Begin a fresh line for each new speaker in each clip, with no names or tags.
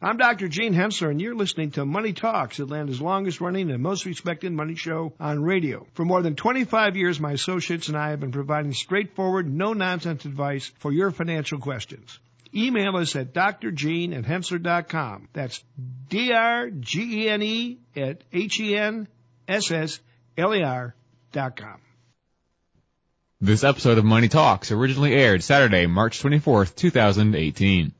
I'm Dr. Gene Hensler, and you're listening to Money Talks, Atlanta's longest running and most respected money show on radio. For more than 25 years, my associates and I have been providing straightforward, no nonsense advice for your financial questions. Email us at drgene at hensler.com. That's D-R-G-E-N-E E at E H-E-N-S-S-L-E-R E dot com.
This episode of Money Talks originally aired Saturday, March 24th, 2018.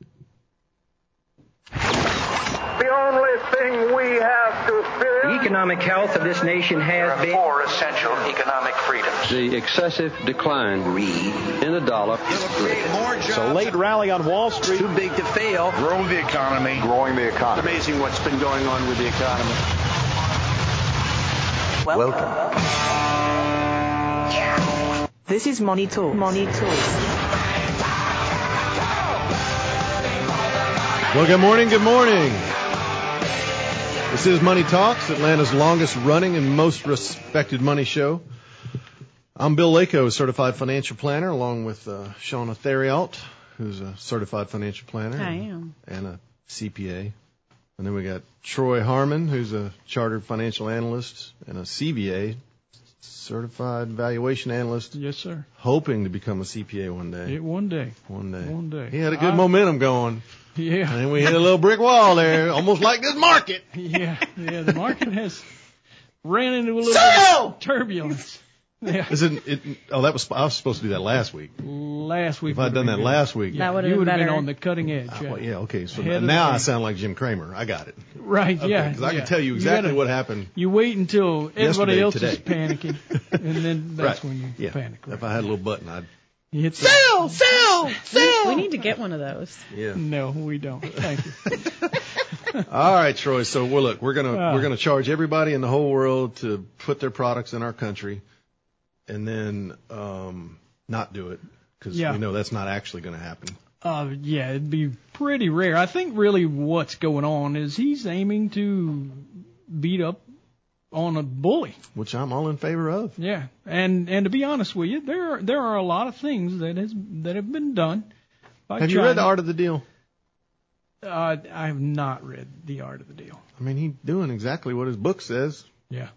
The only thing we have to fear.
The economic health of this nation has been.
Four essential economic freedoms.
The excessive decline in the dollar.
It's a late rally on Wall Street.
Too big to fail.
Grow the economy.
Growing the economy.
It's amazing what's been going on with the economy.
Welcome. Welcome. Yeah.
This is Money Talks.
Money Talks.
Well, good morning. Good morning. This is Money Talks, Atlanta's longest running and most respected money show. I'm Bill Lako, certified financial planner, along with uh, Shauna Theriault, who's a certified financial planner.
I
and-
am.
And a CPA. And then we got Troy Harmon, who's a chartered financial analyst and a CVA, certified valuation analyst,
Yes, sir.
hoping to become a CPA one day.
It, one day.
One day.
One day.
He had a good
I-
momentum going.
Yeah.
And we hit a little brick wall there, almost like this market.
yeah. Yeah. The market has ran into a little
Sell!
bit of turbulence. Yeah.
Is it, it? Oh, that was I was supposed to do that last week.
Last week.
If I'd done that last week,
That would've
You
been
would have been
better.
on the cutting edge.
I- Uh, well, yeah, okay. So
Ahead of
now
the
I
game.
sound like Jim Kramer. I got it.
Right. yeah.
Because I
yeah.
can tell you
You
exactly
gotta-
what happened.
You wait until everybody
Yesterday,
else is
today.
panicking, and then that's
Right.
when you
yeah.
panic. Right?
If I had a little button, I'd.
You hit the-
Sell, sell, sell.
We need to get one of those.
Yeah.
No, we don't. Thank you.
All right, Troy. So we're look, we're gonna
Ah.
we're gonna charge everybody in the whole world to put their products in our country, and then um not do it because
Yeah.
we know that's not actually going to happen.
Uh, yeah, it'd be pretty rare. I think really what's going on is he's aiming to beat up on a bully.
Which I'm all in favor of.
Yeah, and and to be honest with you, there are, there are a lot of things that has that have been done. By
Have you read the
China.
Art of the Deal?
Uh, I have not read the Art of the Deal.
I mean, he's doing exactly what his book says.
Yeah.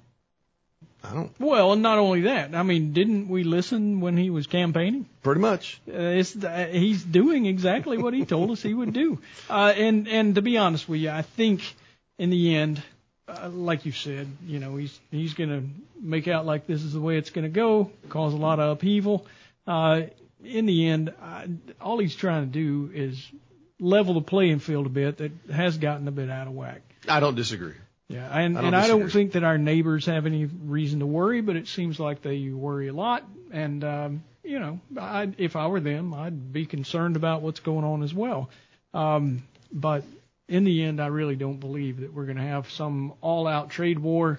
I don't.
Well, and not only that, I mean, didn't we listen when he was campaigning?
Pretty much.
Uh, it's, uh, he's doing exactly what he told us he would do. Uh, and and to be honest with you, I think in the end, uh, like you said, you know, he's he's going to make out like this is the way it's going to go, cause a lot of upheaval. Uh, in the end, I, all he's trying to do is level the playing field a bit that has gotten a bit out of whack.
I don't disagree.
Yeah, and
I
I
don't
and I don't
disagree.
think that our neighbors have any reason to worry, but it seems like they worry a lot. And um, you know, I, if I were them, I'd be concerned about what's going on as well. Um, but in the end, I really don't believe that we're going to have some all-out trade war.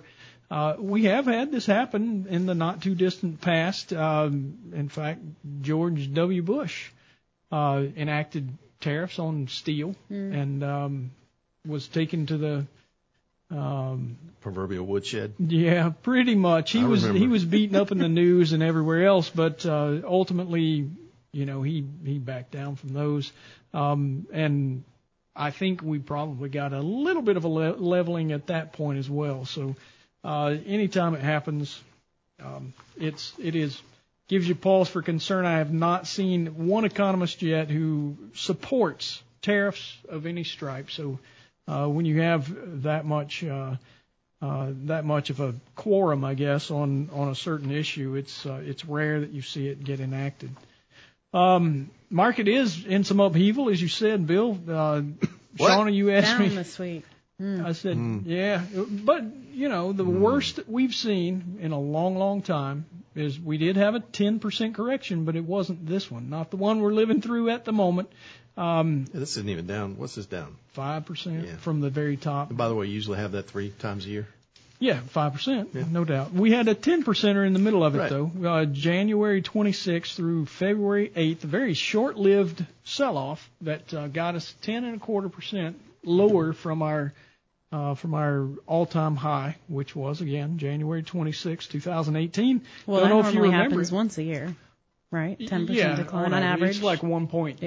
Uh, we have had this happen in the not too distant past. Um, in fact, George W. Bush uh, enacted tariffs on steel and um, was taken to the um,
Proverbial woodshed.
yeah, pretty much. He
I
was
remember.
he was beaten up in the news and everywhere else, but uh, ultimately, you know, he he backed down from those. Um, and I think we probably got a little bit of a le- leveling at that point as well. So uh, anytime it happens, um, it's it is gives you pause for concern. I have not seen one economist yet who supports tariffs of any stripe. So uh, when you have that much. Uh, uh, that much of a quorum, I guess, on on a certain issue. It's uh, it's rare that you see it get enacted. Um, market is in some upheaval, as you said, Bill. Uh, Shauna, you asked
Down
me.
this week.
I said, yeah, but you know, the worst that we've seen in a long, long time is we did have a 10% correction, but it wasn't this one, not the one we're living through at the moment. Um,
Yeah, this isn't even down. What's this down?
5%
Yeah.
from the very top.
And by the way, you usually have that three times a year.
Yeah, five percent, no doubt. We had a ten percenter in the middle of it
Right.
though. Uh, January 26th through February 8th, a very short-lived sell-off that uh, got us ten and a quarter percent lower from our uh, from our all-time high, which was again January 26, 2018.
Well,
Don't
that
know if you
normally
remember.
happens once a year.
right? 10%
yeah,
decline on, average.
It's like 1.2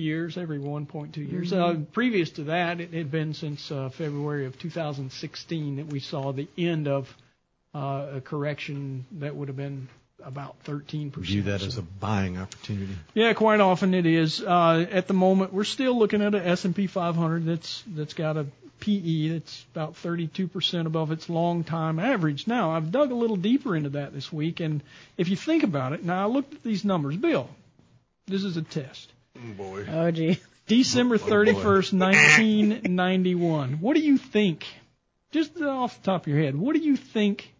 years, every 1.2 years.
Mhm.
Uh, previous to that, it had been since uh, February of 2016 that we saw the end of uh, a correction that would have been about 13%.
View that as a buying opportunity.
Yeah, quite often it is. Uh, at the moment, we're still looking at a S&P 500 that's that's got a PE that's about 32% above its long-time average. Now, I've dug a little deeper into that this week, and if you think about it, now I looked at these numbers. Bill, this is a test.
boy.
Oh, gee.
December
Oh, boy.
31st, 1991. What do you think? Just off the top of your head, what do you think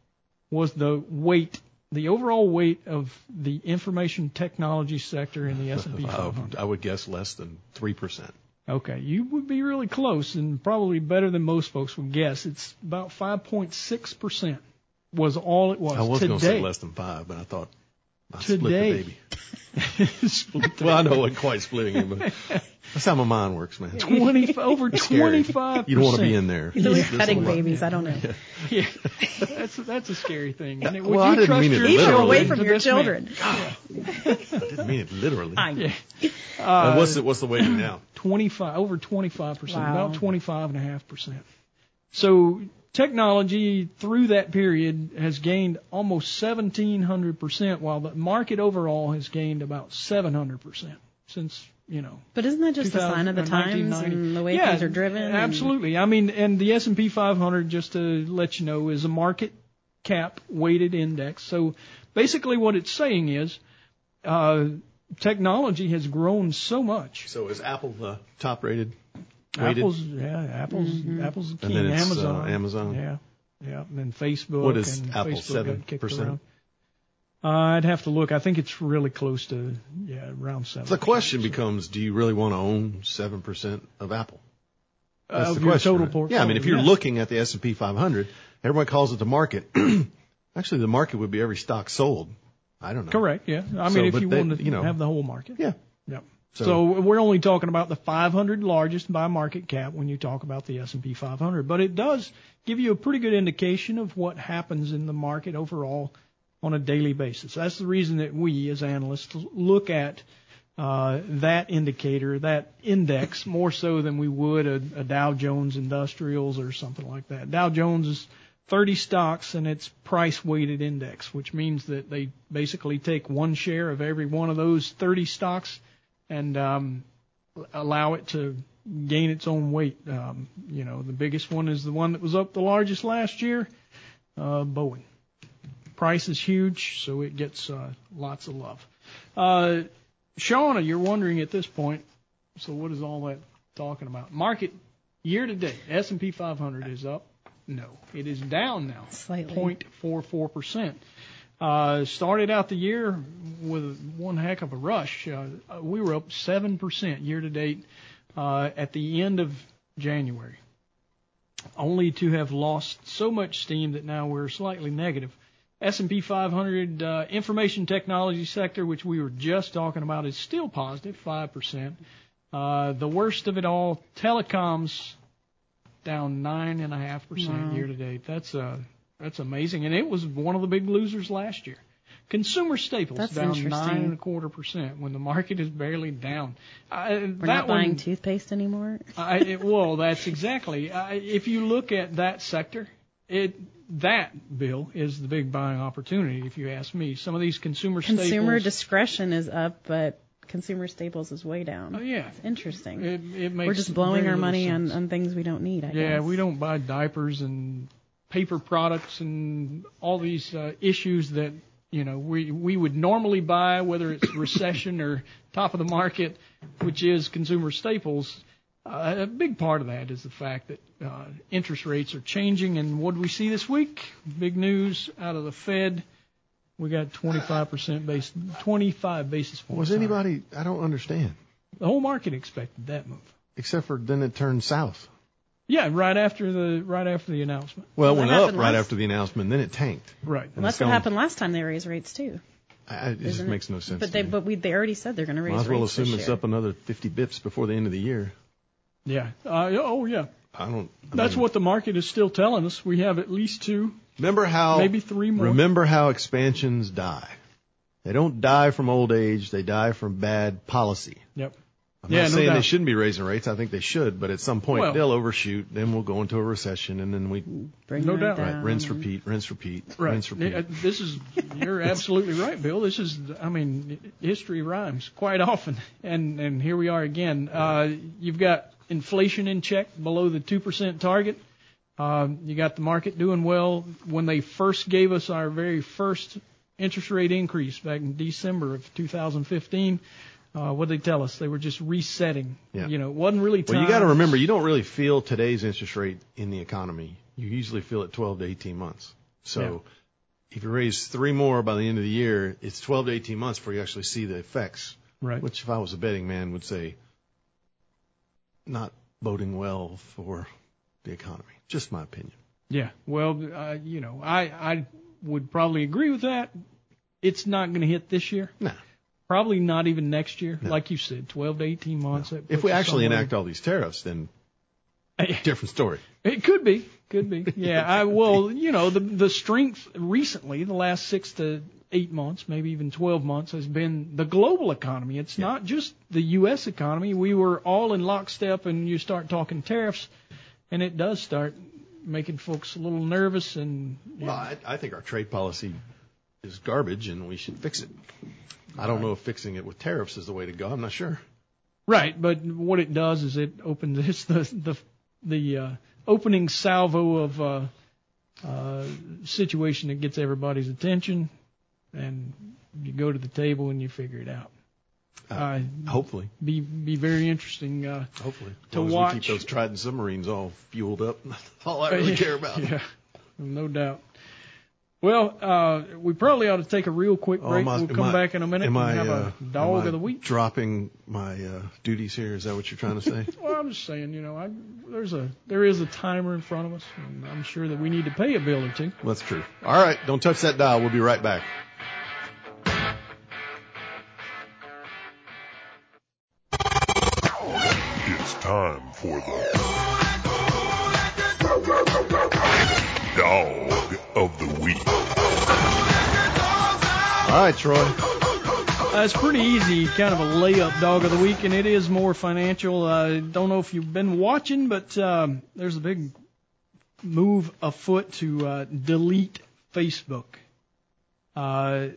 was the weight, the overall weight of the information technology sector in the
Oh,
S&P 500?
Uh, I would guess less than 3%.
Okay, you would be really close and probably better than most folks would guess. It's about 5.6% was all it was.
I was
today.
going to say less than 5, but I thought I
Today.
split the baby. well, I know it wasn't quite splitting it, but that's how my mind works, man.
20, over
It's scary.
25%.
You don't want to be in there.
They're
This will
cutting
work.
babies. I don't know.
Yeah, that's that's a scary thing. isn't it?
Well,
Would
I
you
didn't
trust
mean it
your
Keep her
children
away
to
from
your
this man?
children.
I didn't mean it literally.
I know.
Uh,
Uh,
what's, the, what's the weighting now?
25 over 25 percent,
Wow.
about 25 and a half percent. So technology through that period has gained almost 1700 percent, while the market overall has gained about 700 percent since you know.
But isn't that just a sign of the
2000
times
1990.
and the way
Yeah,
things are driven? and-
Absolutely. I mean, and the S&P 500, just to let you know, is a market cap weighted index. So basically, what it's saying is, uh, technology has grown so much.
So is Apple the top rated? Weighted?
Apple's, yeah, Apple's,
Mm-hmm.
Apple's the
And
king.
then it's, uh,
Amazon,
Amazon.
yeah, yeah, and then Facebook.
What is
and
Apple,
Facebook got
7%?
kicked around. Uh, I'd have to look. I think it's really close to yeah, around seven.
The question becomes, do you really want to own 7% of Apple? That's
Of
the
your
question.
total
right?
portfolio,
Yeah, I mean, if you're
yeah.
looking at the S&P 500, everyone calls it the market. Actually, the market would be every stock sold. I don't know.
Correct. Yeah. I
So,
mean, if
but
you
they-
wanted to
you know,
have the whole market.
Yeah.
Yep.
So-
So, we're only talking about the 500 largest by market cap when you talk about the S&P 500, but it does give you a pretty good indication of what happens in the market overall on a daily basis. That's the reason that we as analysts look at uh, that indicator, that index, more so than we would a, a Dow Jones Industrials or something like that. Dow Jones is 30 stocks and it's price weighted index, which means that they basically take one share of every one of those 30 stocks and um, allow it to gain its own weight. Um, you know, the biggest one is the one that was up the largest last year, uh, Boeing. Price is huge, so it gets uh, lots of love. Uh, Shauna, you're wondering at this point. So what is all that talking about? Market year to date, S&P 500 is up. No, it is down now.
Slightly.
0.44 percent. Uh, started out the year with one heck of a rush. Uh, we were up seven percent year to date uh, at the end of January, only to have lost so much steam that now we're slightly negative. S&P 500 uh, information technology sector, which we were just talking about, is still positive, five percent. Uh, the worst of it all, telecoms down nine and a half percent
Wow.
year to date. That's uh that's amazing, and it was one of the big losers last year. Consumer staples
That's
down
interesting.
nine and a quarter percent when the market is barely down. I,
We're
that
not
one,
buying toothpaste anymore.
I, it, well, that's exactly. I, if you look at that sector, it that bill is the big buying opportunity. If you ask me, some of these consumer,
Consumer
staples.
discretion is up, but consumer staples is way down.
Oh, yeah.
It's interesting.
it, it makes
We're just blowing
very
our
little
money on,
sense.
on things we don't need, I
Yeah,
guess.
we don't buy diapers and paper products and all these uh, issues that you know we we would normally buy, whether it's recession or top of the market, which is consumer staples. Uh, a big part of that is the fact that uh, interest rates are changing. And what did we see this week? Big news out of the Fed. We got 25% base, 25 basis points.
Was
higher.
anybody, I don't understand,
The whole market expected that move.
except for then it turned south.
Yeah, right after the right after the announcement.
Well, it
Well,
went
that
up
happened
right
last-
after the announcement, then it tanked.
Right.
Well, that's
It's gone-
what happened last time they raised rates too.
I, I- it just
isn't it?
makes no sense.
But
to
they
me.
but we they already said they're going to raise
Might as well
rates
assume
this
it's
year.
up another 50 bips before the end of the year.
Yeah. Uh, oh, yeah.
I don't. I
That's
mean-
what the market is still telling us. We have at least two,
Remember how?
maybe three more.
Remember how expansions die. They don't die from old age. They die from bad policy.
Yep.
I'm
yeah,
not
no
saying
doubt.
they shouldn't be raising rates. I think they should, but at some point
Well-
they'll overshoot. Then we'll go into a recession, and then we
Bring No it doubt. down.
Right, rinse, repeat, rinse, repeat,
Um, Right.
rinse, repeat.
Yeah, This is you're absolutely right, Bill. This is I mean history rhymes quite often, and and here we are again. Uh, you've got inflation in check below the two percent target. Um, you got the market doing well. When they first gave us our very first interest rate increase back in December of 2015, uh, what did they tell us? They were just resetting.
Yeah.
You know, it wasn't really time.
Well, you got to remember, you don't really feel today's interest rate in the economy. You usually feel it 12 to 18 months. So if you raise three more by the end of the year, it's 12 to 18 months before you actually see the effects.
Right.
Which, if I was a betting man, would say not boding well for the economy. Just my opinion.
Yeah. Well, uh, you know, I I would probably agree with that. It's not going to hit this year.
No.
Probably not even next year. Like you said, 12 to 18 months. That
If
puts
we
us
actually
somewhere-
enact all these tariffs, then different story.
It could be. Could be. Yeah. I well, you know, the the strength recently, the last six to eight months, maybe even twelve months, has been the global economy. It's not just the U.S. economy. We were all in lockstep, and you start talking tariffs, and it does start making folks a little nervous. And
Well, I, I think our trade policy is garbage and we should fix it. I don't know if fixing it with tariffs is the way to go. I'm not sure.
Right, but what it does is it opens it's the the the uh, opening salvo of uh, uh, situation that gets everybody's attention, and you go to the table and you figure it out.
Uh-huh.
Uh,
Hopefully.
be be very interesting. Uh,
Hopefully. As
to
long as
watch.
we keep those Trident submarines all fueled up. That's all I really
Yeah,
care about.
Yeah, no doubt. Well, uh, we probably ought to take a real quick
Oh,
break.
am I-
we'll
am
come
I-
back in a minute
am
and
I,
have
uh,
a
am
dog
I
of the week.
Dropping my uh, duties here. Is that what you're trying to say?
Well, I'm just saying, you know, I, there's a there is a timer in front of us, and I'm sure that we need to pay a bill or two.
Well, That's true. All right. Don't touch that dial. We'll be right back.
It's time for the dog of the week.
All right, Troy.
Uh, it's pretty easy, kind of a layup dog of the week, and it is more financial. I don't know if you've been watching, but um, there's a big move afoot to uh, delete Facebook. Uh,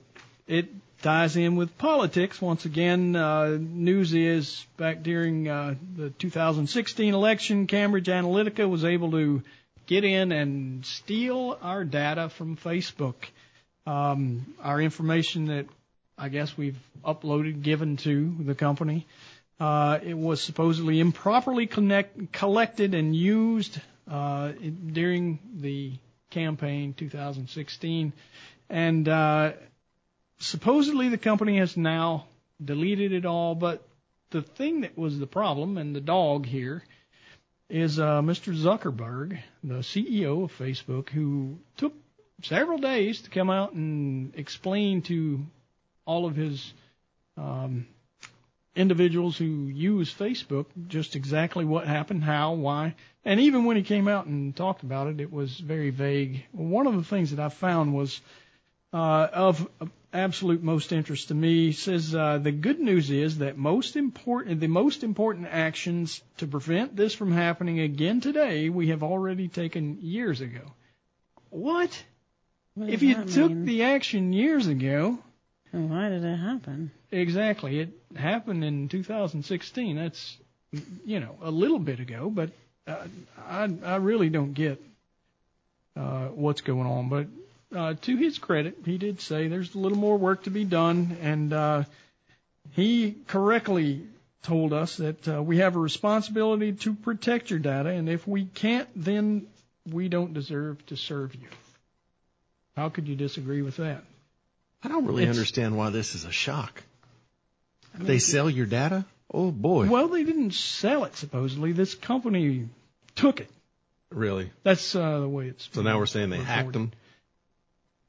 it ties in with politics once again. Uh, news is back during uh, the 2016 election, Cambridge Analytica was able to get in and steal our data from Facebook. Um, our information that I guess we've uploaded, given to the company. Uh, it was supposedly improperly connect, collected and used uh, in- during the campaign 2016. And uh, supposedly the company has now deleted it all. But the thing that was the problem and the dog here is uh, Mr. Zuckerberg, the CEO of Facebook, who took several days to come out and explain to all of his um, individuals who use Facebook just exactly what happened, how, why. And even when he came out and talked about it, it was very vague. One of the things that I found was uh, of absolute most interest to me. He says uh, the good news is that most important, the most important actions to prevent this from happening again today, we have already taken years ago. What?
What
if
does
you
that
took
mean?
the action years ago,
Why did it happen?
Exactly. It happened in 2016. That's you know a little bit ago, but uh, I I really don't get uh, what's going on. But uh, to his credit, he did say there's a little more work to be done, and uh, he correctly told us that uh, we have a responsibility to protect your data, and if we can't, then we don't deserve to serve you. How could you disagree with that?
I don't really
It's-
understand why this is a shock.
I mean,
they sell your data? Oh, boy.
Well, they didn't sell it supposedly. This company took it.
Really?
That's uh, the way it's.
So now we're saying they
reported.
hacked them?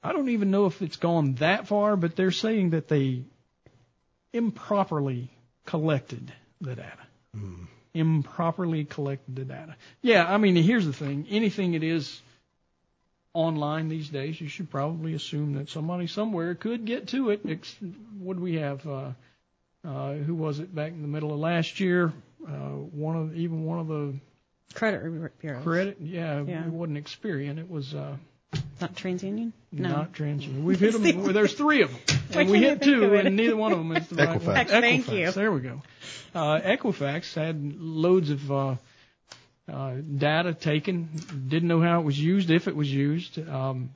I don't even know if it's gone that far, but they're saying that they improperly collected the data. Improperly collected the data. Yeah, I mean, here's the thing. Anything it is online these days, you should probably assume that somebody somewhere could get to it. It's, what do we have? Uh, uh, who was it back in the middle of last year? Uh, one of even one of the
credit bureaus.
Credit, yeah, yeah. it wasn't Experian. It was uh,
not TransUnion. No,
not TransUnion. We've hit them. well, there's three of them, and we hit two, and neither one of them is the
Equifax.
right one.
Equifax. Thank
Equifax.
you.
There we go. Uh, Equifax had loads of. Uh, uh, data taken, didn't know how it was used, if it was used, um,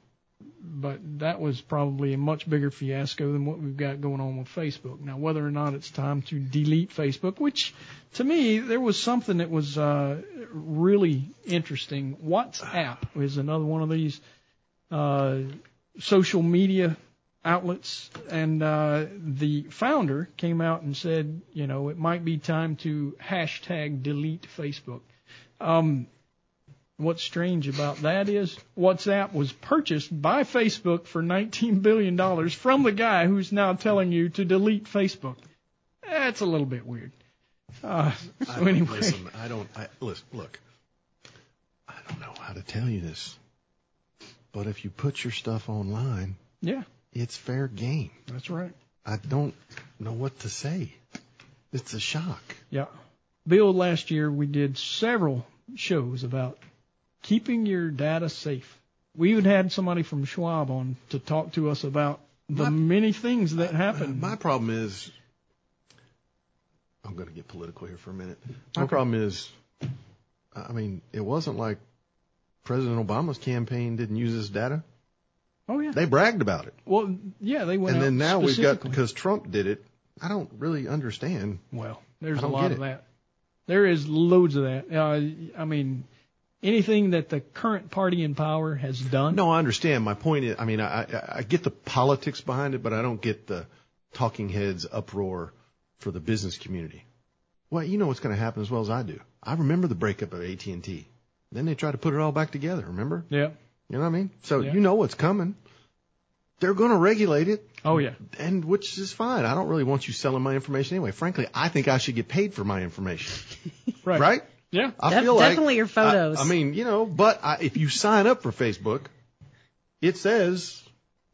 but that was probably a much bigger fiasco than what we've got going on with Facebook. Now, whether or not it's time to delete Facebook, which to me, there was something that was uh, really interesting. WhatsApp is another one of these uh, social media outlets, and uh, the founder came out and said, you know, it might be time to hashtag delete Facebook. Um, What's strange about that is WhatsApp was purchased by Facebook for $19 billion from the guy who's now telling you to delete Facebook. That's a little bit weird. Uh,
I
so
don't-
anyway,
listen, I don't. I, listen, look. I don't know how to tell you this, but if you put your stuff online,
yeah,
it's fair game.
that's right.
I don't know what to say. It's a shock.
Yeah. Bill, last year we did several shows about keeping your data safe. We even had somebody from Schwab on to talk to us about the
My-
many things that happen.
My problem is, I'm going to get political here for a minute. My problem is, I I mean, it wasn't like President Obama's campaign didn't use this data.
oh, yeah.
They bragged about it,
well, yeah, they went
and
out
then now we've got
specifically.
because Trump did it. I don't really understand.
Well,
I
there's a
don't
lot
get
of
it.
that. There is loads of that. Uh, I mean, anything that the current party in power has done.
No, I understand. My point is, I mean, I, I, I get the politics behind it, but I don't get the talking heads uproar for the business community. Well, you know what's going to happen as well as I do. I remember the breakup of AT and T. Then they tried to put it all back together. Remember?
Yeah.
You know what I mean? So
Yeah.
you know what's coming. They're going to regulate it,
Oh yeah.
and which is fine. I don't really want you selling my information anyway. Frankly, I think I should get paid for my information,
Right.
right?
Yeah.
I
Def-
feel like
definitely your photos.
I, I mean, you know, but I, if you sign up for Facebook, it says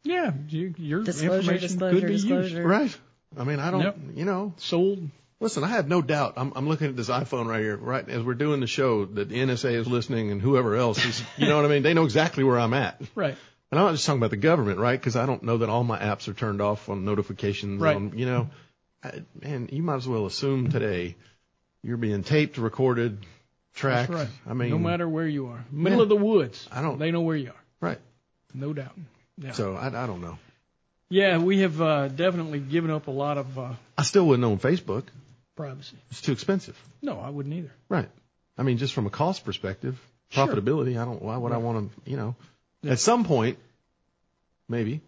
Yeah. You, your
Disclosure,
information
disclosure,
could be used.
disclosure.
right. I mean, I don't,
Yep.
you know.
Sold.
Listen, I have no doubt. I'm, I'm looking at this iPhone right here, right as we're doing the show. That the NSA is listening, and whoever else is, you know what I mean. They know exactly where I'm at.
Right.
And I'm not just talking about the government, right? Because I don't know that all my apps are turned off on notifications.
Right.
On, you know, I, man, you might as well assume today you're being taped, recorded, tracked.
That's right.
I mean,
no matter where you are, middle
Yeah.
of the woods.
I don't-
They know where you are.
Right.
No doubt. Yeah.
So I, I don't know.
Yeah, we have uh, definitely given up a lot of uh,
I still wouldn't own Facebook.
privacy.
It's too expensive.
No, I wouldn't either.
Right. I mean, just from a cost perspective,
Sure.
profitability. I don't. Why would I
Right.
want to? You know,
Yeah.
at some point, maybe.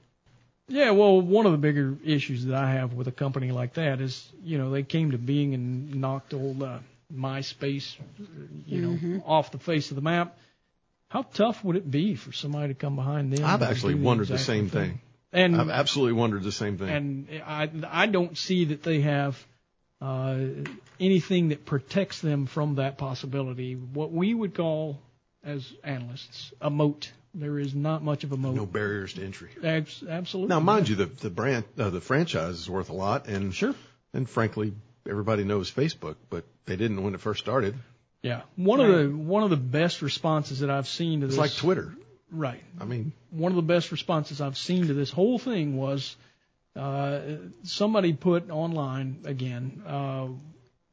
Yeah, well, one of the bigger issues that I have with a company like that is, you know, they came to being and knocked old uh, MySpace, you know, off the face of the map. How tough would it be for somebody to come behind them?
I've
and
actually
do the
wondered the
exact
same thing.
And
I've absolutely wondered the same thing.
and I I don't see that they have uh, anything that protects them from that possibility. What we would call as analysts a moat. There is not much of a moat.
no barriers to entry.
Abs- absolutely.
Now, mind you, the the brand, uh, the franchise is worth a lot, and
Sure.
and frankly, everybody knows Facebook, but they didn't when it first started.
Yeah, one of the one of the best responses that I've seen to
It's
this.
like Twitter.
Right,
I mean,
one of the best responses I've seen to this whole thing was uh, somebody put online again uh,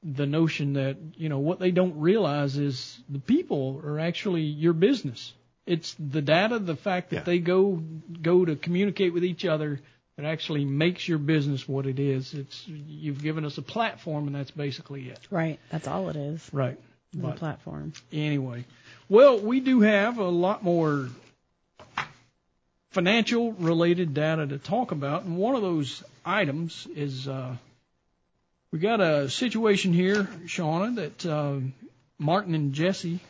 the notion that you know what they don't realize is the people are actually your business. It's the data, the fact that
Yeah.
they go go to communicate with each other that actually makes your business what it is. It's you've given us a platform, and that's basically it.
Right. That's all it is.
Right.
is a platform.
Anyway, well, we do have a lot more financial related data to talk about, and one of those items is uh, we got a situation here, Shauna, that uh, Martin and Jesse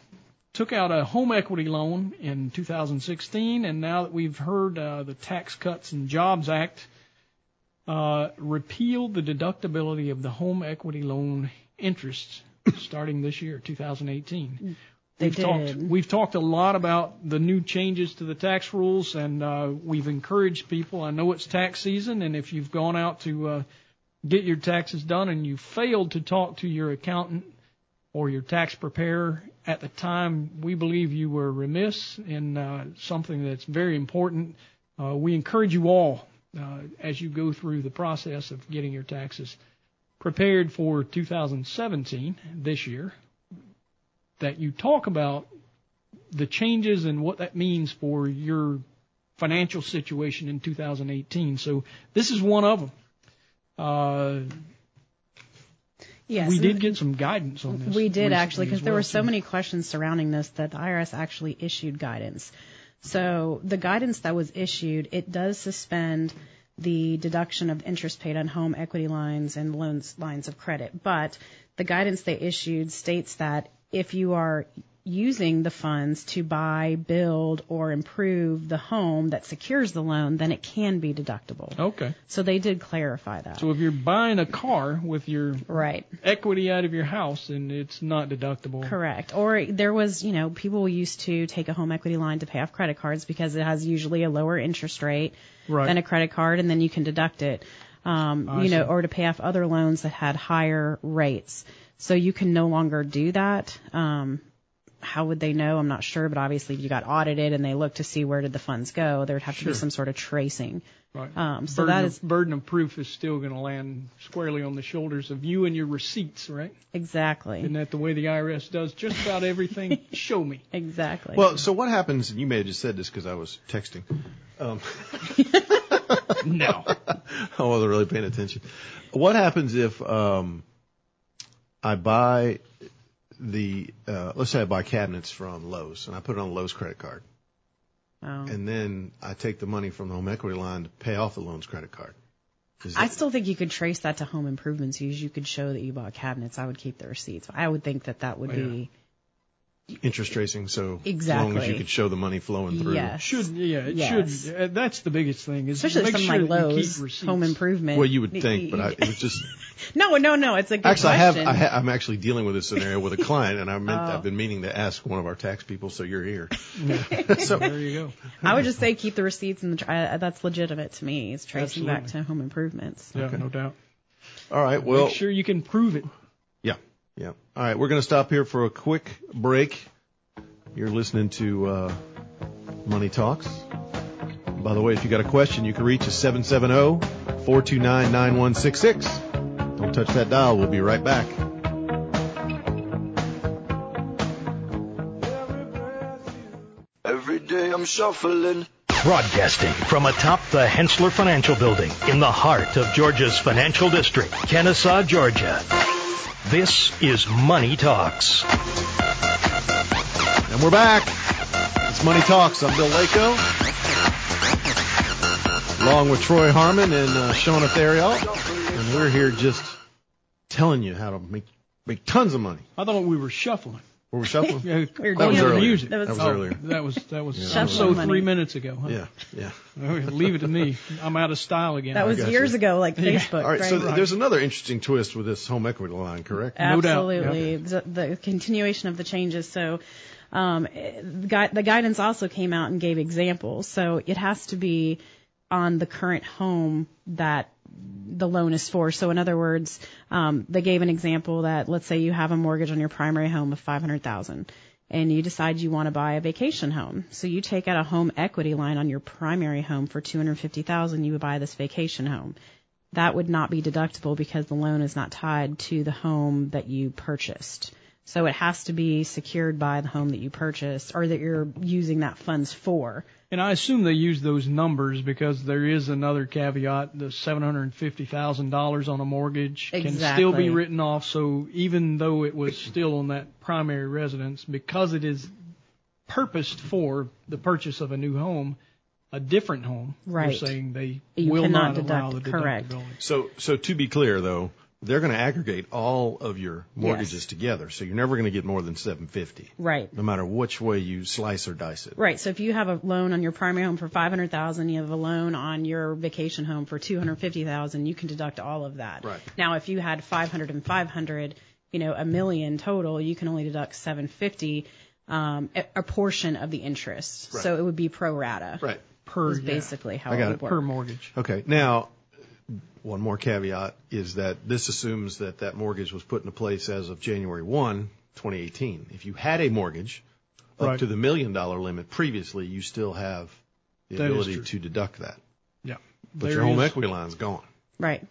took out a home equity loan in 2016, and now that we've heard uh, the Tax Cuts and Jobs Act uh, repeal the deductibility of the home equity loan interest starting this year, 2018.
They
we've
did.
talked we've talked a lot about the new changes to the tax rules, and uh, we've encouraged people. I know it's tax season, and if you've gone out to uh, get your taxes done and you failed to talk to your accountant or your tax preparer at the time, we believe you were remiss in uh, something that's very important. Uh, we encourage you all uh, as you go through the process of getting your taxes prepared for 2017 this year that you talk about the changes and what that means for your financial situation in 2018. So this is one of them. Uh,
Yes,
we
and
did get some guidance on this.
We did
recently
actually,
as
because there
well,
were so
too.
many questions surrounding this that the IRS actually issued guidance. So the guidance that was issued, it does suspend the deduction of interest paid on home equity lines and loans lines of credit. But the guidance they issued states that if you are using the funds to buy, build, or improve the home that secures the loan, then it can be deductible.
Okay.
So they did clarify that.
So if you're buying a car with your
right.
equity out of your house, and it's not deductible.
Correct. Or there was, you know, people used to take a home equity line to pay off credit cards because it has usually a lower interest rate
Right.
than a credit card, and then you can deduct it. Um,
I
you know,
see.
or to pay off other loans that had higher rates. So you can no longer do that. Um, how would they know? I'm not sure, but obviously if you got audited and they looked to see where did the funds go, there would have to
Sure.
be some sort of tracing.
Right.
Um, so
burden
that
of,
is-
burden of proof is still going to land squarely on the shoulders of you and your receipts, right?
Exactly.
Isn't that the way the IRS does just about everything? Show me.
Exactly.
Well, so what happens? And you may have just said this because I was texting. Um,
no,
I wasn't really paying attention. What happens if um, I buy the uh, let's say I buy cabinets from Lowe's and I put it on a Lowe's credit card,
Oh.
and then I take the money from the home equity line to pay off the Lowe's credit card. Is
I
that-
still think you could trace that to home improvements. You you could show that you bought cabinets. I would keep the receipts. I would think that
Oh,
that would be
interest tracing, so as long as you
Exactly.
could show the money flowing through.
Yes.
should yeah, it
Yes.
should. Uh, that's the biggest thing is
especially
make
something
sure
like
that you keep
Lowe's
receipts.
home improvement.
Well, you would think, but I, it was just
no, no, no. It's a good
actually I have
question.
I ha- I'm actually dealing with this scenario with a client, and I meant,
Oh.
I've been meaning to ask one of our tax people, so you're here. so
there you go.
I would just say keep the receipts and the tra- uh, that's legitimate to me. It's tracing back
Absolutely.
to home improvements.
Yeah, no doubt.
all right, well,
Make sure you can prove it.
Yeah. Yeah. All right. We're going to stop here for a quick break. You're listening to uh, Money Talks. By the way, if you got a question, you can reach us oh, 770 429 9166. Don't touch that dial. We'll be right back.
Every day I'm shuffling.
Broadcasting from atop the Hensler Financial Building in the heart of Georgia's financial district, Kennesaw, Georgia. This is Money Talks.
And we're back. It's Money Talks. I'm Bill Lako. Along with Troy Harmon and uh, Shona Theriault. And we're here just telling you how to make, make tons of money.
I thought we were shuffling.
Were we shuffling?
Yeah,
We're
Uh, that was
doing
earlier.
it. Music. That was- That was
Oh,
earlier.
That was that was
Yeah.
so
Shuffling money.
three minutes ago. Huh?
Yeah. Yeah.
Leave it to me. I'm out of style again.
That was years ago, like
Yeah.
Facebook.
All right,
right?
so th- there's another interesting twist with this home equity line, correct?
Absolutely. The, the continuation of the changes. So um, eh, the gui- the guidance also came out and gave examples. So it has to be on the current home that the loan is for. So in other words, um, they gave an example that let's say you have a mortgage on your primary home of 500,000 and you decide you want to buy a vacation home. So you take out a home equity line on your primary home for 250,000, you would buy this vacation home that would not be deductible because the loan is not tied to the home that you purchased. So it has to be secured by the home that you purchased or that you're using that funds for.
And I assume they use those numbers because there is another caveat: the seven hundred and fifty thousand dollars on a mortgage can still
Exactly.
be written off. So even though it was still on that primary residence, because it is purposed for the purchase of a new home, a different home,
Right.
you're saying they
You
will
cannot
not allow
deduct,
the
correct.
deductibility.
So, so to be clear though, they're going to aggregate all of your mortgages together, so you're never going to get more than 750,
Right.
no matter which way you slice or dice it.
Right. So if you have a loan on your primary home for 500,000, you have a loan on your vacation home for 250,000, you can deduct all of that.
Right.
Now if you had 500 and 500, you know, a million total, you can only deduct 750. um, a, a portion of the interest.
Right.
So it would be pro rata.
Right.
Per
is
yeah.
basically how
I
it
got
would
it.
work.
Per mortgage.
Okay. Now, one more caveat is that this assumes that that mortgage was put into place as of January 1, 2018. If you had a mortgage up
Right.
to the million dollar limit previously, you still have the
That is
ability
true.
to deduct that.
Yeah.
But
There
your home
is-
equity line's gone.
Right.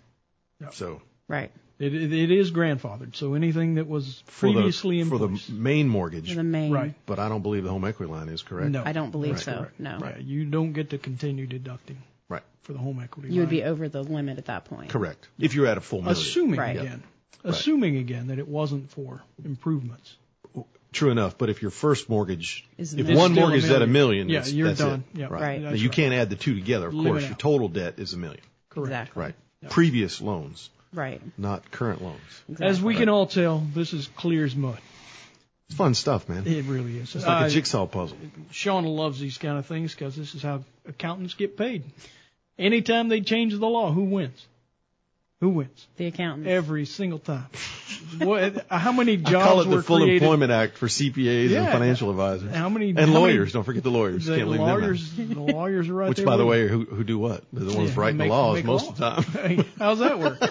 So
Right.
It, it, it is grandfathered. So anything that was
for
previously
the,
in
for the
place-
main mortgage,
The main.
Right.
but I don't believe the home equity line is correct.
No.
I don't believe
Right.
so.
Correct.
No.
Yeah, you don't get to continue deducting
Right.
for the home equity.
You would be
line.
over the limit at that point.
Correct. If you're at a full million.
assuming
Right.
again, assuming again that it wasn't for improvements.
True enough, but if your first mortgage,
Is
if
a
million.
one mortgage is at a million,
Yeah,
that's,
you're
that's
done.
It.
Yeah,
right.
Right.
Now,
that's
you
right.
can't add the two together. Of
Leave it
course, your
out.
total debt is a million.
Correct.
Exactly.
Right. Previous loans,
Right.
not current loans.
As we
Right.
can all tell, this is clear as mud.
It's fun stuff, man.
It really is.
It's like
Uh,
a jigsaw puzzle.
Shauna loves these kind of things because this is how accountants get paid. Anytime they change the law, who wins? Who wins?
The accountant.
Every single time. what? How many
I
jobs
call it
were
the Full
created?
Employment Act for CPAs and
Yeah.
financial advisors
How many?
and
how many-
lawyers. Don't forget the lawyers.
the
Can't leave them out.
lawyers. the lawyers are right
Which,
there
by the
with
way, who, who do what? They're the ones
Yeah,
writing
make-
the laws
make
most
law.
of the time.
Hey, How's that work?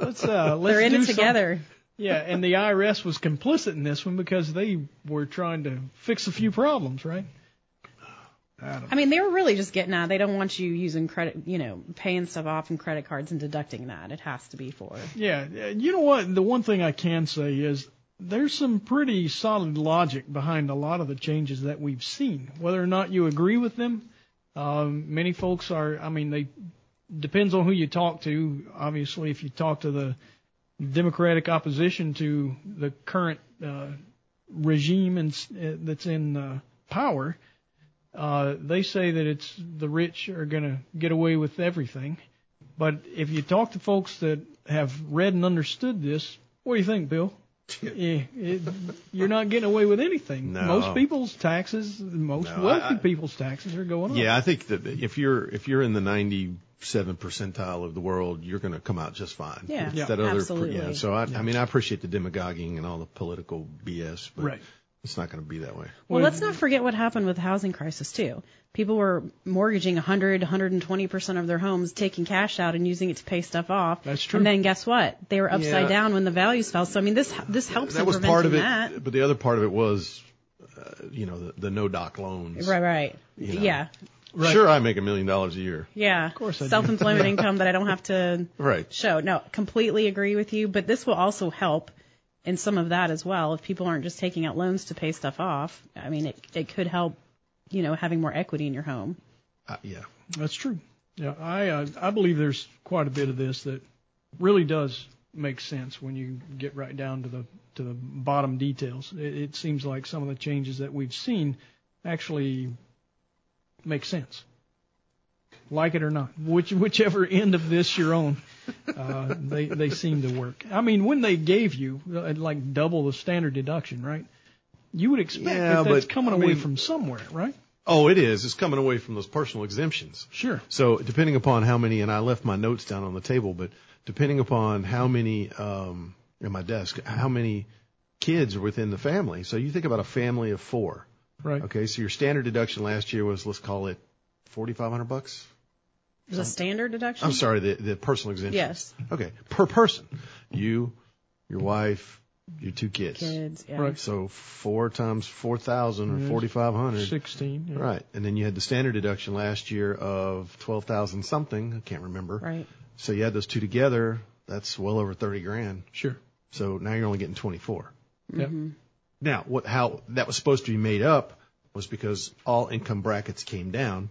Let's uh, let's
They're in
do
it
some-
together.
yeah, and the IRS was complicit in this one because they were trying to fix a few problems, right?
I mean, they were really just getting out. They don't want you using credit, you know, paying stuff off in credit cards and deducting that. It has to be for.
Yeah, uh, you know what? The one thing I can say is there's some pretty solid logic behind a lot of the changes that we've seen. Whether or not you agree with them, um, many folks are. I mean, they depends on who you talk to. Obviously, if you talk to the Democratic opposition to the current uh, regime and s- uh, that's in uh, power, uh, they say that it's the rich are going to get away with everything. But if you talk to folks that have read and understood this, what do you think, Bill? Eh, it- you're not getting away with anything.
No.
Most people's taxes, most
No,
wealthy
I- I-
people's taxes are going up.
Yeah, I think that if you're if you're in the 97 percentile of the world, you're going to come out just fine.
Yeah,
It's
Yeah.
that other
absolutely.
yeah. So I, I mean, I appreciate the demagoguing and all the political BS, but
Right.
it's not going to be that way.
Well, let's not forget what happened with the housing crisis too. People were mortgaging 100, 120 percent of their homes, taking cash out and using it to pay stuff off.
That's true.
And then guess what? They were upside
Yeah.
down when the values fell. So I mean, this this helps
that
in
was
preventing
part of it,
that.
but the other part of it was, uh, you know, the, the no doc loans.
Right, right.
You know.
Yeah,
Right.
Sure, I make a million dollars a year.
yeah. Of
course I do.
Self-employment income that I don't have to
Right.
show. No, completely agree with you. But this will also help in some of that as well. If people aren't just taking out loans to pay stuff off, I mean, it it could help. You know, having more equity in your home.
Uh, yeah.
That's true. Yeah, I uh, I believe there's quite a bit of this that really does make sense when you get right down to the to the bottom details. It, it seems like some of the changes that we've seen actually make sense, like it or not. Which whichever end of this you're on, uh, they they seem to work. I mean, when they gave you uh, like double the standard deduction, right? You would expect
Yeah,
that that's
but,
coming
I
away
mean-
from somewhere, right?
Oh, it is. It's coming away from those personal exemptions.
Sure.
So depending upon how many, and I left my notes down on the table, but depending upon how many um, in my desk, how many kids are within the family. So you think about a family of four.
Right.
Okay, so your standard deduction last year was let's call it forty five hundred bucks.
Is a standard deduction?
I'm sorry, the the personal exemption.
Yes.
Okay, per person, you, your wife, your two kids.
Kids. Yeah.
Right.
So four times four thousand or
Yes.
forty five hundred.
Sixteen. yeah.
Right. And then you had the standard deduction last year of 12,000 something. I can't remember.
Right.
So you add those two together. That's well over 30 grand.
Sure.
So now you're only getting 24.
Yep.
Now, what, how that was supposed to be made up was because all income brackets came down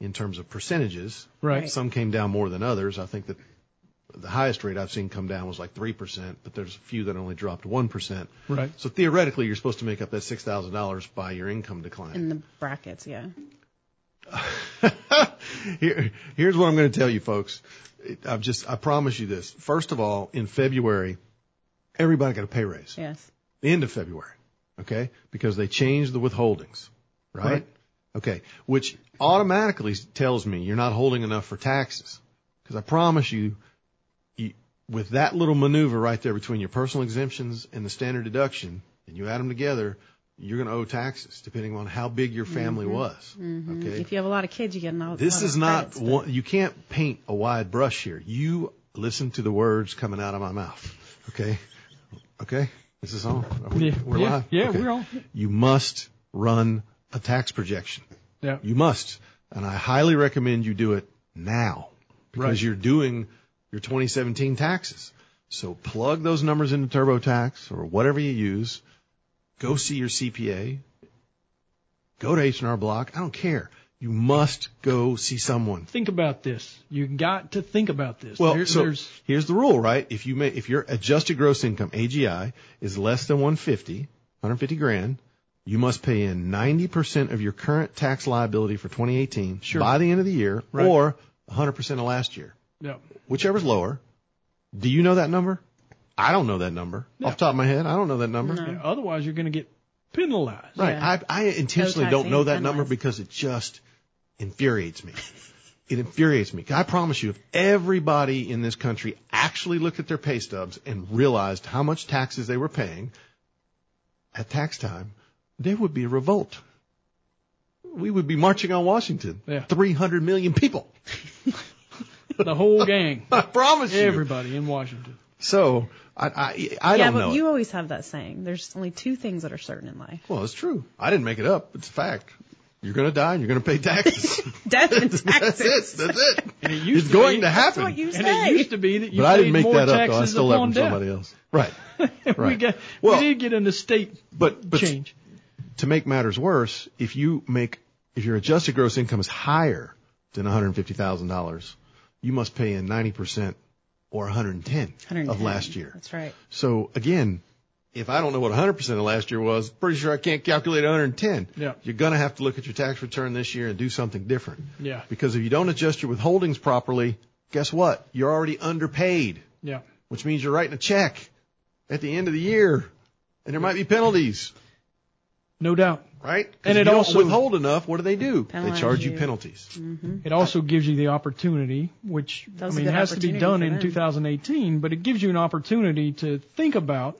in terms of percentages.
Right.
Some came down more than others. I think that the highest rate I've seen come down was like 3%, but there's a few that only dropped 1%.
Right.
So theoretically, you're supposed to make up that $6,000 by your income decline.
In the brackets, yeah.
Here, here's what I'm going to tell you, folks. It- I've just, I promise you this. First of all, in February, everybody got a pay raise.
Yes.
The end of February, okay? Because they changed the withholdings, right?
Right.
Okay, which automatically tells me you're not holding enough for taxes. Because I promise you, you, with that little maneuver right there between your personal exemptions and the standard deduction, and you add them together, you're going to owe taxes depending on how big your family
Mhm.
was.
Mhm.
Okay.
If you have a lot of kids, you get an lot
This
lot
is
of
not
credits.
one, you can't paint a wide brush here. You listen to the words coming out of my mouth. Okay. Okay. This is on. Are we,
Yeah,
We're
yeah,
live.
yeah,
Okay.
we're on.
You must run a tax projection.
Yeah.
You must. And I highly recommend you do it now because
Right.
you're doing your 2017 taxes. So plug those numbers into TurboTax or whatever you use. Go see your CPA. Go to H&R Block. I don't care. You must go see someone.
Think about this. You got to think about this.
Well,
There-
so
there's
here's the rule, right? If you make, if your adjusted gross income (AGI) is less than 150, 150 grand, you must pay in 90% of your current tax liability for 2018
Sure.
by the end of the year,
Right.
or 100% of last year,
yeah.
whichever's lower. Do you know that number? I don't know that number off the top of my head. I don't know that number.
Yeah, Otherwise, you're going to get penalized.
Right. I, I intentionally
No
don't know that
taxing,
number because it just infuriates me. It infuriates me. I promise you, if everybody in this country actually looked at their pay stubs and realized how much taxes they were paying at tax time, there would be a revolt. We would be marching on Washington.
Yeah.
300 million people.
The whole gang.
I promise you.
Everybody in Washington.
So I, I, I
yeah,
don't
but
know. it.
you always have that saying. There's only two things that are certain in life.
Well, it's true. I didn't make it up. It's a fact. You're going to die and you're going to pay taxes.
Death and
That's it. That's it.
And it used
it's
to
going
be-
to happen.
And it used to be that you
but
paid
I didn't make
more
that up, though. I
taxes
still
upon
left
death.
from somebody else. Right.
we
Right.
got
Well-
we did get an estate
But, but
change.
to make matters worse, if you make, if your adjusted gross income is higher than $150,000, you must pay in 90% or 110,
110.
of last year.
That's right.
So again, if I don't know what 100% of last year was, pretty sure I can't calculate 110.
Yeah.
You're going to have to look at your tax return this year and do something different.
Yeah.
Because if you don't adjust your withholdings properly, guess what? You're already underpaid,
Yeah.
which means you're writing a check at the end of the year, and there might be penalties,
No doubt.
right? 'Cause
And
if
it
you
also-
don't withhold enough. What do they do? They
Penalize
charge you
you. Mm-hmm.
penalties.
It also gives you the opportunity, which
That was
I mean
a good
has to be
opportunity
done
for
in
them.
2018, but it gives you an opportunity to think about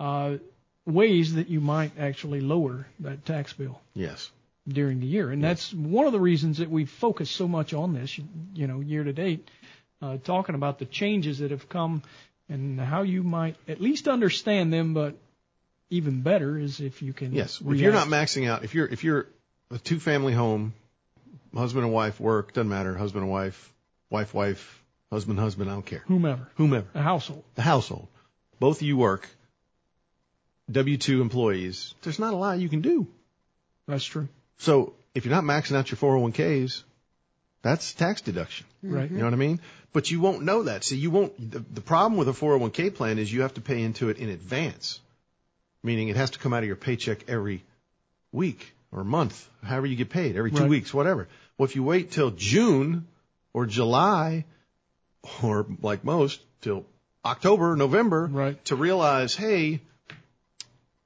uh, ways that you might actually lower that tax bill
Yes.
during the year, and that's one of the reasons that we focus so much on this, you- you know, year to date, uh, talking about the changes that have come and how you might at least understand them, but even better is if you can.
Yes.
react.
If you're not maxing out, if you're if you're a two family home, husband and wife work doesn't matter. Husband and wife, wife wife, husband husband. I don't care.
whomever
Whomever.
a household.
the household, both of you work, W 2 employees, there's not a lot you can do.
That's true.
So if you're not maxing out your 401ks, that's tax deduction.
Right.
Mm-hmm.
You know what I mean? But you won't know that. See, you won't. The, the problem with a 401k plan is you have to pay into it in advance, meaning it has to come out of your paycheck every week or month, however you get paid, every two
Right.
weeks, whatever. Well, if you wait till June or July, or like most, till October, November,
Right.
to realize, hey,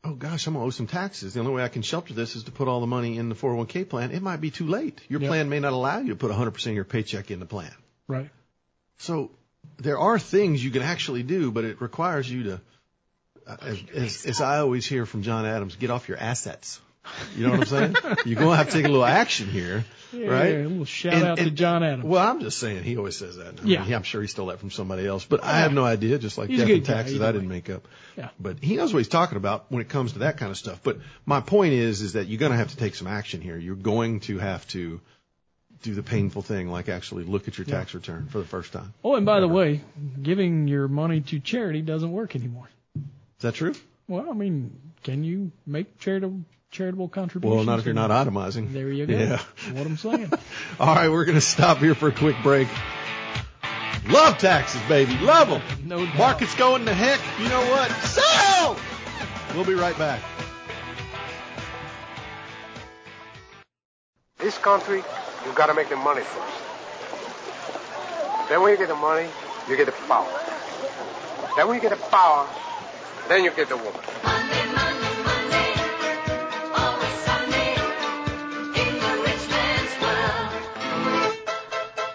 oh gosh, I'm gonna owe some taxes. The only way I can shelter this is to put all the money in the 401k plan. It might be too late. Your
Yep.
plan may not allow you to put 100% of your paycheck in the plan.
Right.
So there are things you can actually do, but it requires you to, uh, as, as, as I always hear from John Adams, get off your assets. You know what I'm saying? You're going to have to take a little action here,
Yeah,
right?
A little shout
And-
out to
and-
John Adams.
Well, I'm just saying he always says that. I mean,
Yeah.
he- I'm sure he stole that from somebody else, but I have no idea. Just like
He's a
death
good
and
guy,
taxes,
either
I didn't make up.
Yeah.
But he knows what he's talking about when it comes to that kind of stuff. But my point is, is that you're going to have to take some action here. You're going to have to do the painful thing, like actually look at your tax return for the first time.
Oh, and by the way, giving your money to charity doesn't work anymore.
Is that true?
Well, I mean, can you make charitable charitable contributions?
Well, not if you're not itemizing.
There you go.
Yeah.
What I'm saying.
All right, we're going to stop here for a quick break. Love taxes, baby. Love them.
No doubt.
Market's going to heck. You know what? Sell! We'll be right back.
This country, you gotta make the money first. Then when you get the money, you get the power. Then when you get the power, then you get the woman.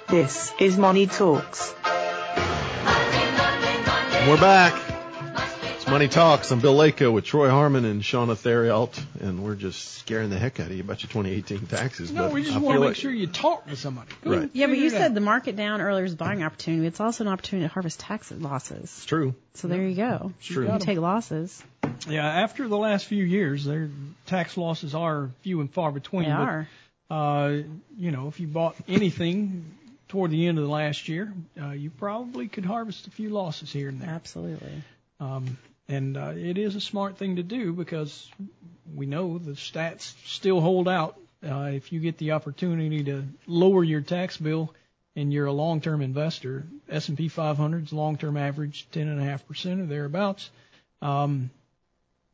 This is Money Talks.
We're back. It's Money Talks. I'm Bill Lako with Troy Harmon and Shauna Theriault and we're just scaring the heck out of you about your 2018 taxes.
No,
but
we just
I
want to
feel
make
like-
sure you talk to somebody. Go
Right.
Yeah, but
figure
you
it
said
out.
the market down earlier is a buying opportunity. It's also an opportunity to harvest tax losses.
True.
So there you go.
It's true.
You can take losses.
Yeah, after the last few years, their tax losses are few and far between. but,
They are.
Uh, you know, if you bought anything toward the end of the last year, uh, you probably could harvest a few losses here and there.
Absolutely.
Um, and uh, it is a smart thing to do because we know the stats still hold out. Uh, if you get the opportunity to lower your tax bill and you're a long-term investor, S&P 500's long-term average 10.5% or thereabouts. Um,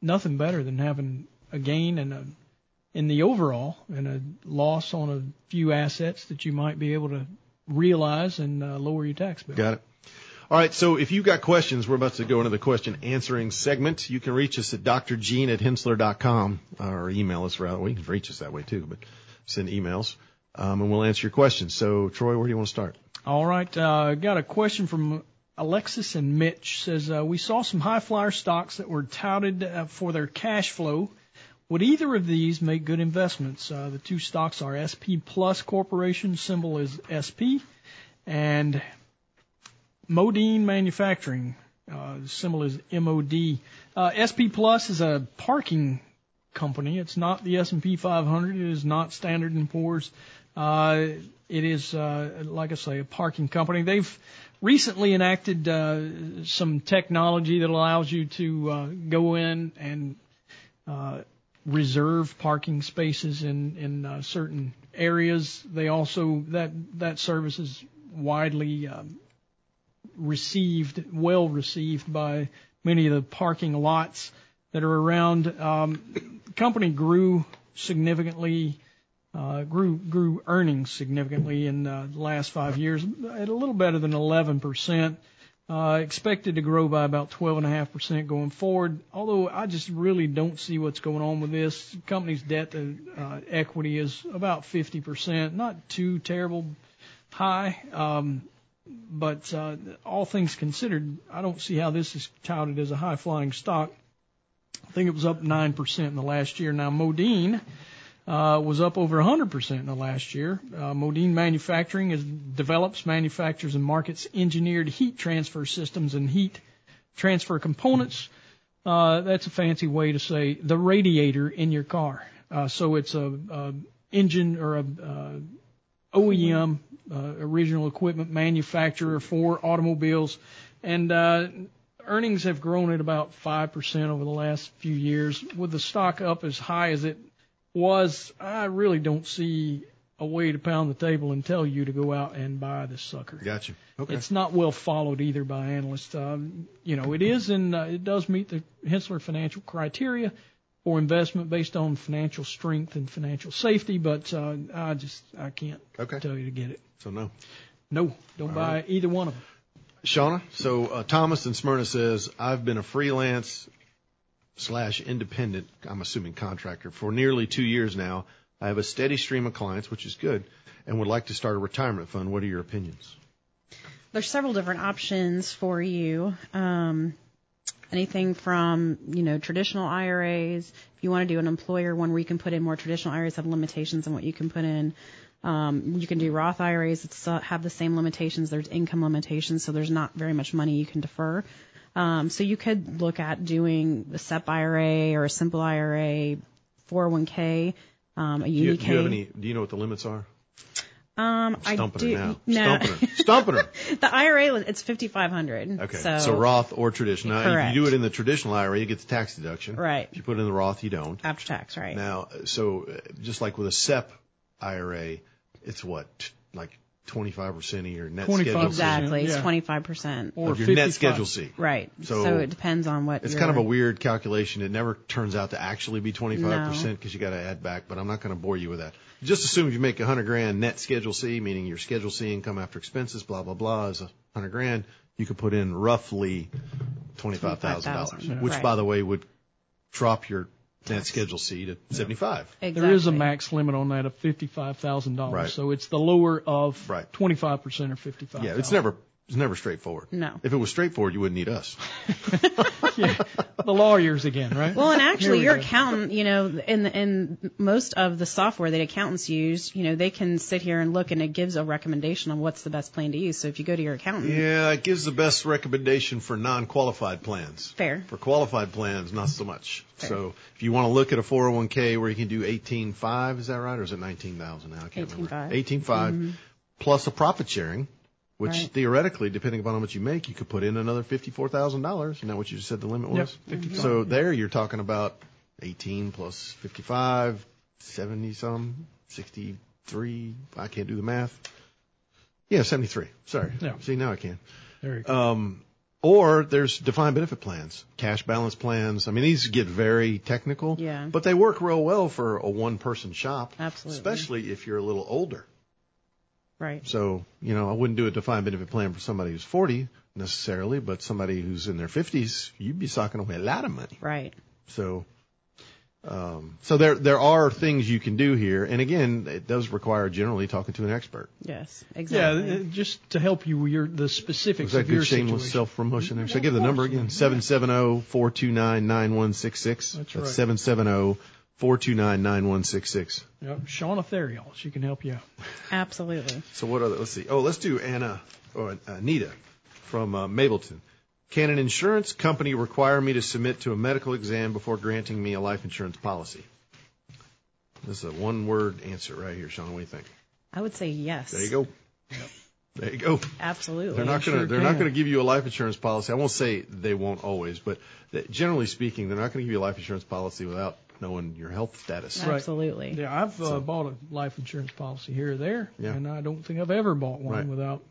nothing better than having a gain and a in the overall and a loss on a few assets that you might be able to realize and uh, lower your tax bill.
Got it. All right, so if you've got questions, we're about to go into the question answering segment. You can reach us at drgene at hensler.com uh, or email us rather. We can reach us that way too, but send emails um, and we'll answer your questions. So, Troy, where do you want to start?
All right, uh, got a question from Alexis and Mitch. Says uh, we saw some high flyer stocks that were touted uh, for their cash flow. Would either of these make good investments? Uh, the two stocks are SP Plus Corporation, symbol is SP, and Modine Manufacturing, uh, the symbol is MOD. Uh, SP Plus is a parking company. It's not the S&P 500. It is not Standard and Poor's. Uh, it is, uh, like I say, a parking company. They've recently enacted uh, some technology that allows you to uh, go in and uh, reserve parking spaces in in uh, certain areas. They also that that service is widely um, received, well received by many of the parking lots that are around. Um, the company grew significantly, uh, grew grew earnings significantly in uh, the last five years, at a little better than 11 percent. Uh, expected to grow by about 12.5% going forward. Although I just really don't see what's going on with this. Company's debt to uh, equity is about 50%, not too terrible high. Um, but uh, all things considered, I don't see how this is touted as a high flying stock. I think it was up 9% in the last year. Now, Modine uh, was up over 100% in the last year. Uh, Modine Manufacturing is, develops, manufactures, and markets engineered heat transfer systems and heat transfer components. Uh, that's a fancy way to say the radiator in your car. Uh, so it's a, a engine or a uh, OEM, uh, original equipment manufacturer for automobiles, and uh, earnings have grown at about 5% over the last few years. With the stock up as high as it was, I really don't see a way to pound the table and tell you to go out and buy this sucker.
Gotcha. Okay.
It's not well followed either by analysts. Um, you know, it is and uh, it does meet the Hensler financial criteria for investment based on financial strength and financial safety, but uh, I just I can't tell you to get it.
So, no.
No, don't
All
buy
right.
either one of them.
Shauna, so uh, Thomas in Smyrna says, I've been a freelance slash independent, I'm assuming contractor, for nearly two years now. I have a steady stream of clients, which is good, and would like to start a retirement fund. What are your opinions?
there's several different options for you. Um, anything from you know traditional IRAs. If you want to do an employer one where you can put in more traditional IRAs, have limitations on what you can put in. Um, you can do Roth IRAs that still have the same limitations. There's income limitations, so there's not very much money you can defer. Um, so you could look at doing a SEP IRA or a simple IRA, 401k, um, a
Do you,
UDK.
do you have any? Do you know what the limits are?
um, I
Stumping
do,
her now.
no.
Stumping her. Stumping her.
the IRA it's 5500.
Okay.
So,
Roth or traditional. Now,
Correct.
if you do it in the traditional IRA, you get the tax deduction.
Right.
If you put it in the Roth, you don't.
after tax, right?
Now, so uh, just like with a SEP IRA, it's what t- like 25% of your net schedule. C?
Exactly. It's 25%.
Or Of your net 55. Schedule C.
Right. So,
So
it depends on what
It's
your-
kind of a weird calculation. It never turns out to actually be 25%
No.
because you got to add back, but I'm not going to bore you with that. Just assume if you make 100 grand net schedule C, meaning your schedule C income after expenses, blah, blah, blah is 100 grand, you could put in roughly $25,000,
$25,000,
which
right.
by the way would drop your net schedule C to 75.
There is a max limit on that of fifty-five thousand
Right.
dollars. So it's the lower of
Right.
twenty-five percent or fifty-five.
Yeah, it's never It's never straightforward.
No.
If it was straightforward, you wouldn't need us.
yeah, the lawyers again, right?
Well, and actually,
Here we
your
go.
accountant, you know, in the, in most of the software that accountants use, you know, they can sit here and look, and it gives a recommendation on what's the best plan to use. So if you go to your accountant,
Yeah, it gives the best recommendation for non-qualified plans.
fair.
For qualified plans, not so much. So if you want to look at a 401k where you can do 18.5, is that right? Or is it 19,000 now? I can't remember. 18.5 plus a profit sharing, which
Mm-hmm. Right.
theoretically, depending upon how much you make, you could put in another $54,000. Isn't that what you just said the limit
Yep,
was?
55.
So there you're talking about 18 plus 55, 70 some, 63. I can't do the math. Yeah, 73. Sorry.
Yeah.
See, now I can.
There you go.
Um, or there's defined benefit plans, cash balance plans. I mean, these get very technical,
Yeah.
but they work real well for a one person shop,
Absolutely.
especially if you're a little older.
Right.
So, you know, I wouldn't do a defined benefit plan for somebody who's 40 necessarily, but somebody who's in their 50s, you'd be socking away a lot of money.
Right.
So, um, so there, there are things you can do here. And again, it does require generally talking to an expert.
Yes.
Yeah,
Exactly.
uh, just to help you with your the specifics
Was that
of your
good shameless
situation.
self promotion there? Should I give the number again? oh, 770 429 9166.
That's right.
770 429 9166.
Yep, Shauna Therial, she can help you out.
Absolutely.
So, what other? Let's see. Oh, let's do Anna or uh, Anita from uh, Mableton. Can an insurance company require me to submit to a medical exam before granting me a life insurance policy? This is a one word answer right here, Sean. What do you think?
I would say yes.
There you go. There you go.
Absolutely.
They're not going to. They're not going to give you a life insurance policy. I won't say they won't always, but that generally speaking, they're not going to give you a life insurance policy without knowing your health status.
Right.
Absolutely.
Yeah, I've uh,
So-
bought a life insurance policy here or there,
Yeah.
and I don't think I've ever bought one
Right.
without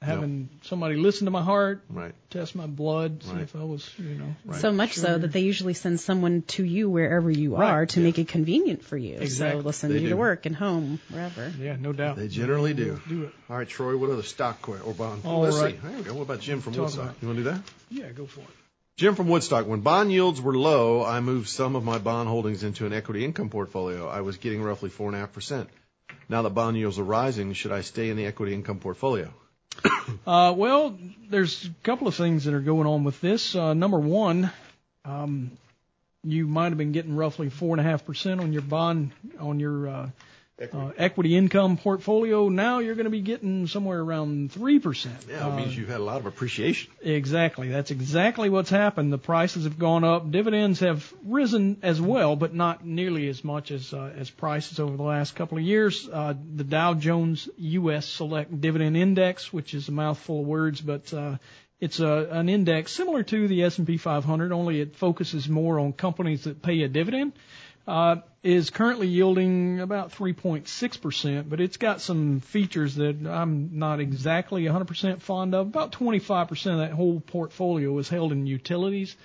having somebody listen to my heart,
Right.
test my blood, see
Right.
if I was, you know.
So much so
sure.
that they usually send someone to you wherever you
Right.
are to make it convenient for you.
Exactly.
So they'll send
They
you
do.
to work and home, wherever.
Yeah, no doubt.
They generally do.
Do it.
All right, Troy. What other stock que- or bond?
All
Let's
right.
see. There we go. What about Jim from
Talk
Woodstock?
about-
You want to do that?
Yeah, go for it.
Jim from Woodstock. When bond yields were low, I moved some of my bond holdings into an equity income portfolio. I was getting roughly four and a half percent. Now that bond yields are rising, should I stay in the equity income portfolio?
Uh, well, there's a couple of things that are going on with this. Uh, number one, um, you might have been getting roughly four and a half percent on your bond on your uh, equity. Uh, equity income portfolio. Now you're going to be getting somewhere around three percent.
Yeah, it means you've had a lot of appreciation.
Exactly. That's exactly what's happened. The prices have gone up. Dividends have risen as well, but not nearly as much as uh, as prices over the last couple of years. Uh, the Dow Jones U.S. Select Dividend Index, which is a mouthful of words, but uh, it's a, an index similar to the S&P 500, only it focuses more on companies that pay a dividend. Uh, is currently yielding about 3.6%, but it's got some features that I'm not exactly 100% fond of. About 25% of that whole portfolio is held in utilities,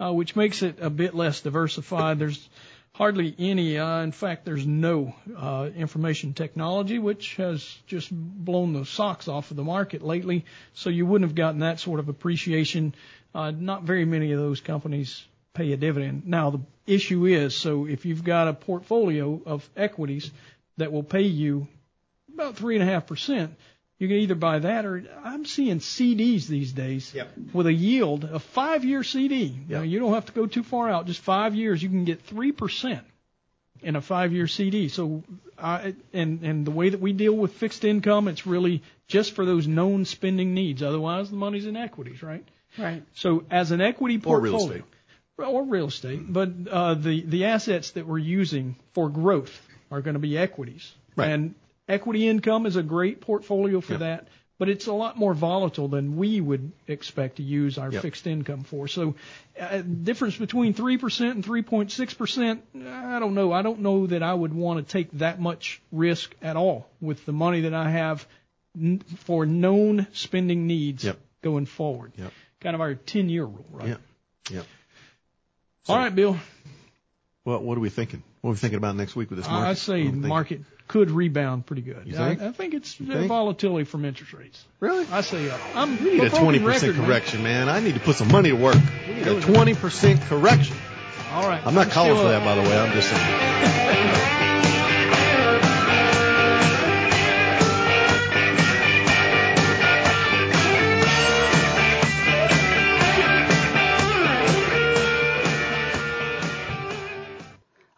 uh, which makes it a bit less diversified. There's hardly any, uh, in fact, there's no uh, information technology, which has just blown the socks off of the market lately. So you wouldn't have gotten that sort of appreciation. Uh, not very many of those companies pay a dividend. Now the issue is, so if you've got a portfolio of equities that will pay you about three and a half percent, you can either buy that or I'm seeing CDs these days with a yield, a five-year CD. Now you don't have to go too far out, just five years, you can get three percent in a five-year CD. So, I, and and the way that we deal with fixed income, it's really just for those known spending needs. Otherwise, the money's in equities, right?
Right.
So, as an equity
Or real
portfolio, or real estate, but uh, the the assets that we're using for growth are going to be equities,
Right.
and equity income is a great portfolio for
Yep.
that. But it's a lot more volatile than we would expect to use our
Yep.
fixed income for. So, uh, difference between three percent and three point six percent. I don't know. I don't know that I would want to take that much risk at all with the money that I have n- for known spending needs
Yep.
going forward.
Yep.
Kind of our ten year rule, right?
Yep. Yep.
All right, Bill.
Well, what are we thinking? What are we thinking about next week with this Uh, market?
I I say the
What are we thinking?
market could rebound pretty good.
You
I,
think?
I think it's
You
the
think?
volatility from interest rates.
Really?
I say up. I'm
We need a twenty percent
record, man.
correction, man. I need to put some money to work. We need a twenty percent correction.
All right.
I'm not calling for
still
that,
up.
by the way. I'm just saying.